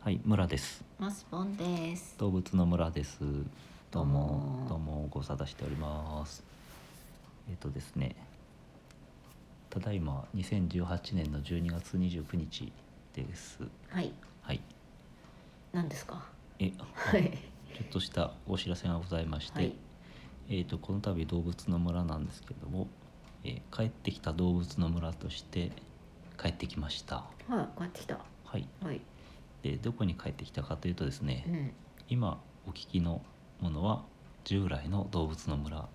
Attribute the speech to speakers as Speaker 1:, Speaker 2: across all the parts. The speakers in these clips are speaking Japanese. Speaker 1: はい、村です。
Speaker 2: マスボンです。
Speaker 1: 動物の村です。どうも、ど
Speaker 2: ど
Speaker 1: う
Speaker 2: うも
Speaker 1: もご無沙汰しております。えっ、とですね。ただいま2018年の12月29日です。
Speaker 2: はい、
Speaker 1: はい。
Speaker 2: 何ですか。
Speaker 1: え、
Speaker 2: はい
Speaker 1: ち。ょっとしたお知らせがございまして、
Speaker 2: はい。
Speaker 1: えっ、とこの度動物の村なんですけども、えー帰ってきた動物の村として帰ってきました。
Speaker 2: はい、帰ってきた。は
Speaker 1: はい。
Speaker 2: い。
Speaker 1: でどこに帰ってきたかというとですね、
Speaker 2: うん。
Speaker 1: 今お聞きのものは従来の動物の村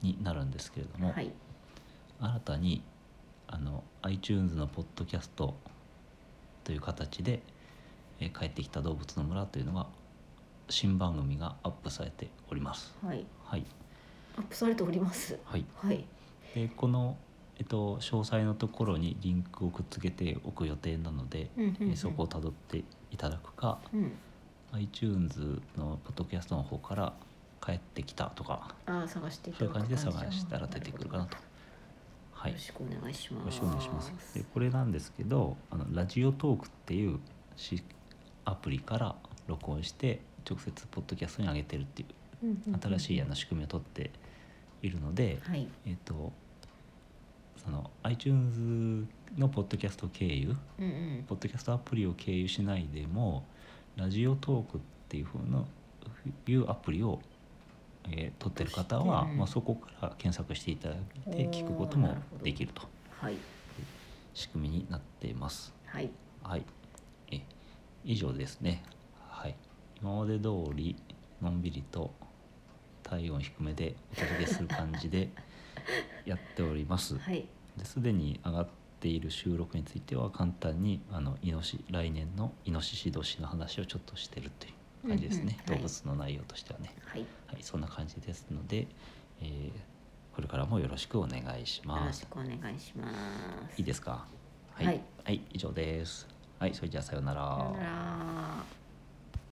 Speaker 1: になるんですけれども、
Speaker 2: はい。
Speaker 1: 新たにあの iTunes のポッドキャストという形で、えー帰ってきた動物の村というのが新番組がアップされております。
Speaker 2: はい。
Speaker 1: はい、
Speaker 2: アップされております。
Speaker 1: はい、
Speaker 2: はい。
Speaker 1: でこの、えっと、詳細のところにリンクをくっつけておく予定なので、
Speaker 2: うんうん、う
Speaker 1: え
Speaker 2: ん。
Speaker 1: ーそこを。たどっていただくか、
Speaker 2: うん。
Speaker 1: iTunes のポッドキャストの方から帰ってきたとか
Speaker 2: ああ、探してい
Speaker 1: そういう感じで
Speaker 2: ただく
Speaker 1: 探したら出てくるかなと。は
Speaker 2: よ
Speaker 1: い
Speaker 2: ろ、しくお願いしま
Speaker 1: よ
Speaker 2: す。
Speaker 1: ろしくお願いします。で、これなんですけど、あのラジオトークっていうしアプリから録音して直接ポッドキャストに上げてるってい
Speaker 2: うんうんうん
Speaker 1: う新しいあの仕組みを取っているので、
Speaker 2: はい。
Speaker 1: えっ、とその iTunes のポッドキャスト経由、
Speaker 2: うんうん。
Speaker 1: ポッドキャストアプリを経由しないでもラジオトークっていう風のいうアプリを、えー撮ってる方は、
Speaker 2: うん
Speaker 1: まあ、そこから検索していただいて
Speaker 2: おー
Speaker 1: 聞くことも
Speaker 2: なるほど
Speaker 1: できると
Speaker 2: はい。
Speaker 1: 仕組みになっています。
Speaker 2: はい。
Speaker 1: はい、え以上ですね、はい、今まで通りのんびりと体温低めでお届けする感じでやっております。
Speaker 2: はい。
Speaker 1: ですでに上がっている収録については簡単にあのイノシ来年のイノシシ年の話をちょっとしてるという感じですね、
Speaker 2: うんうんはい
Speaker 1: 動物の内容としてはね
Speaker 2: はい。よ
Speaker 1: はいそんな感じですので、えーこれからもよろしくお願いしま
Speaker 2: ろ
Speaker 1: す
Speaker 2: しくお願いします。
Speaker 1: いいですか
Speaker 2: はい、
Speaker 1: はい以上ですはいそれじゃあさよう
Speaker 2: さよなら。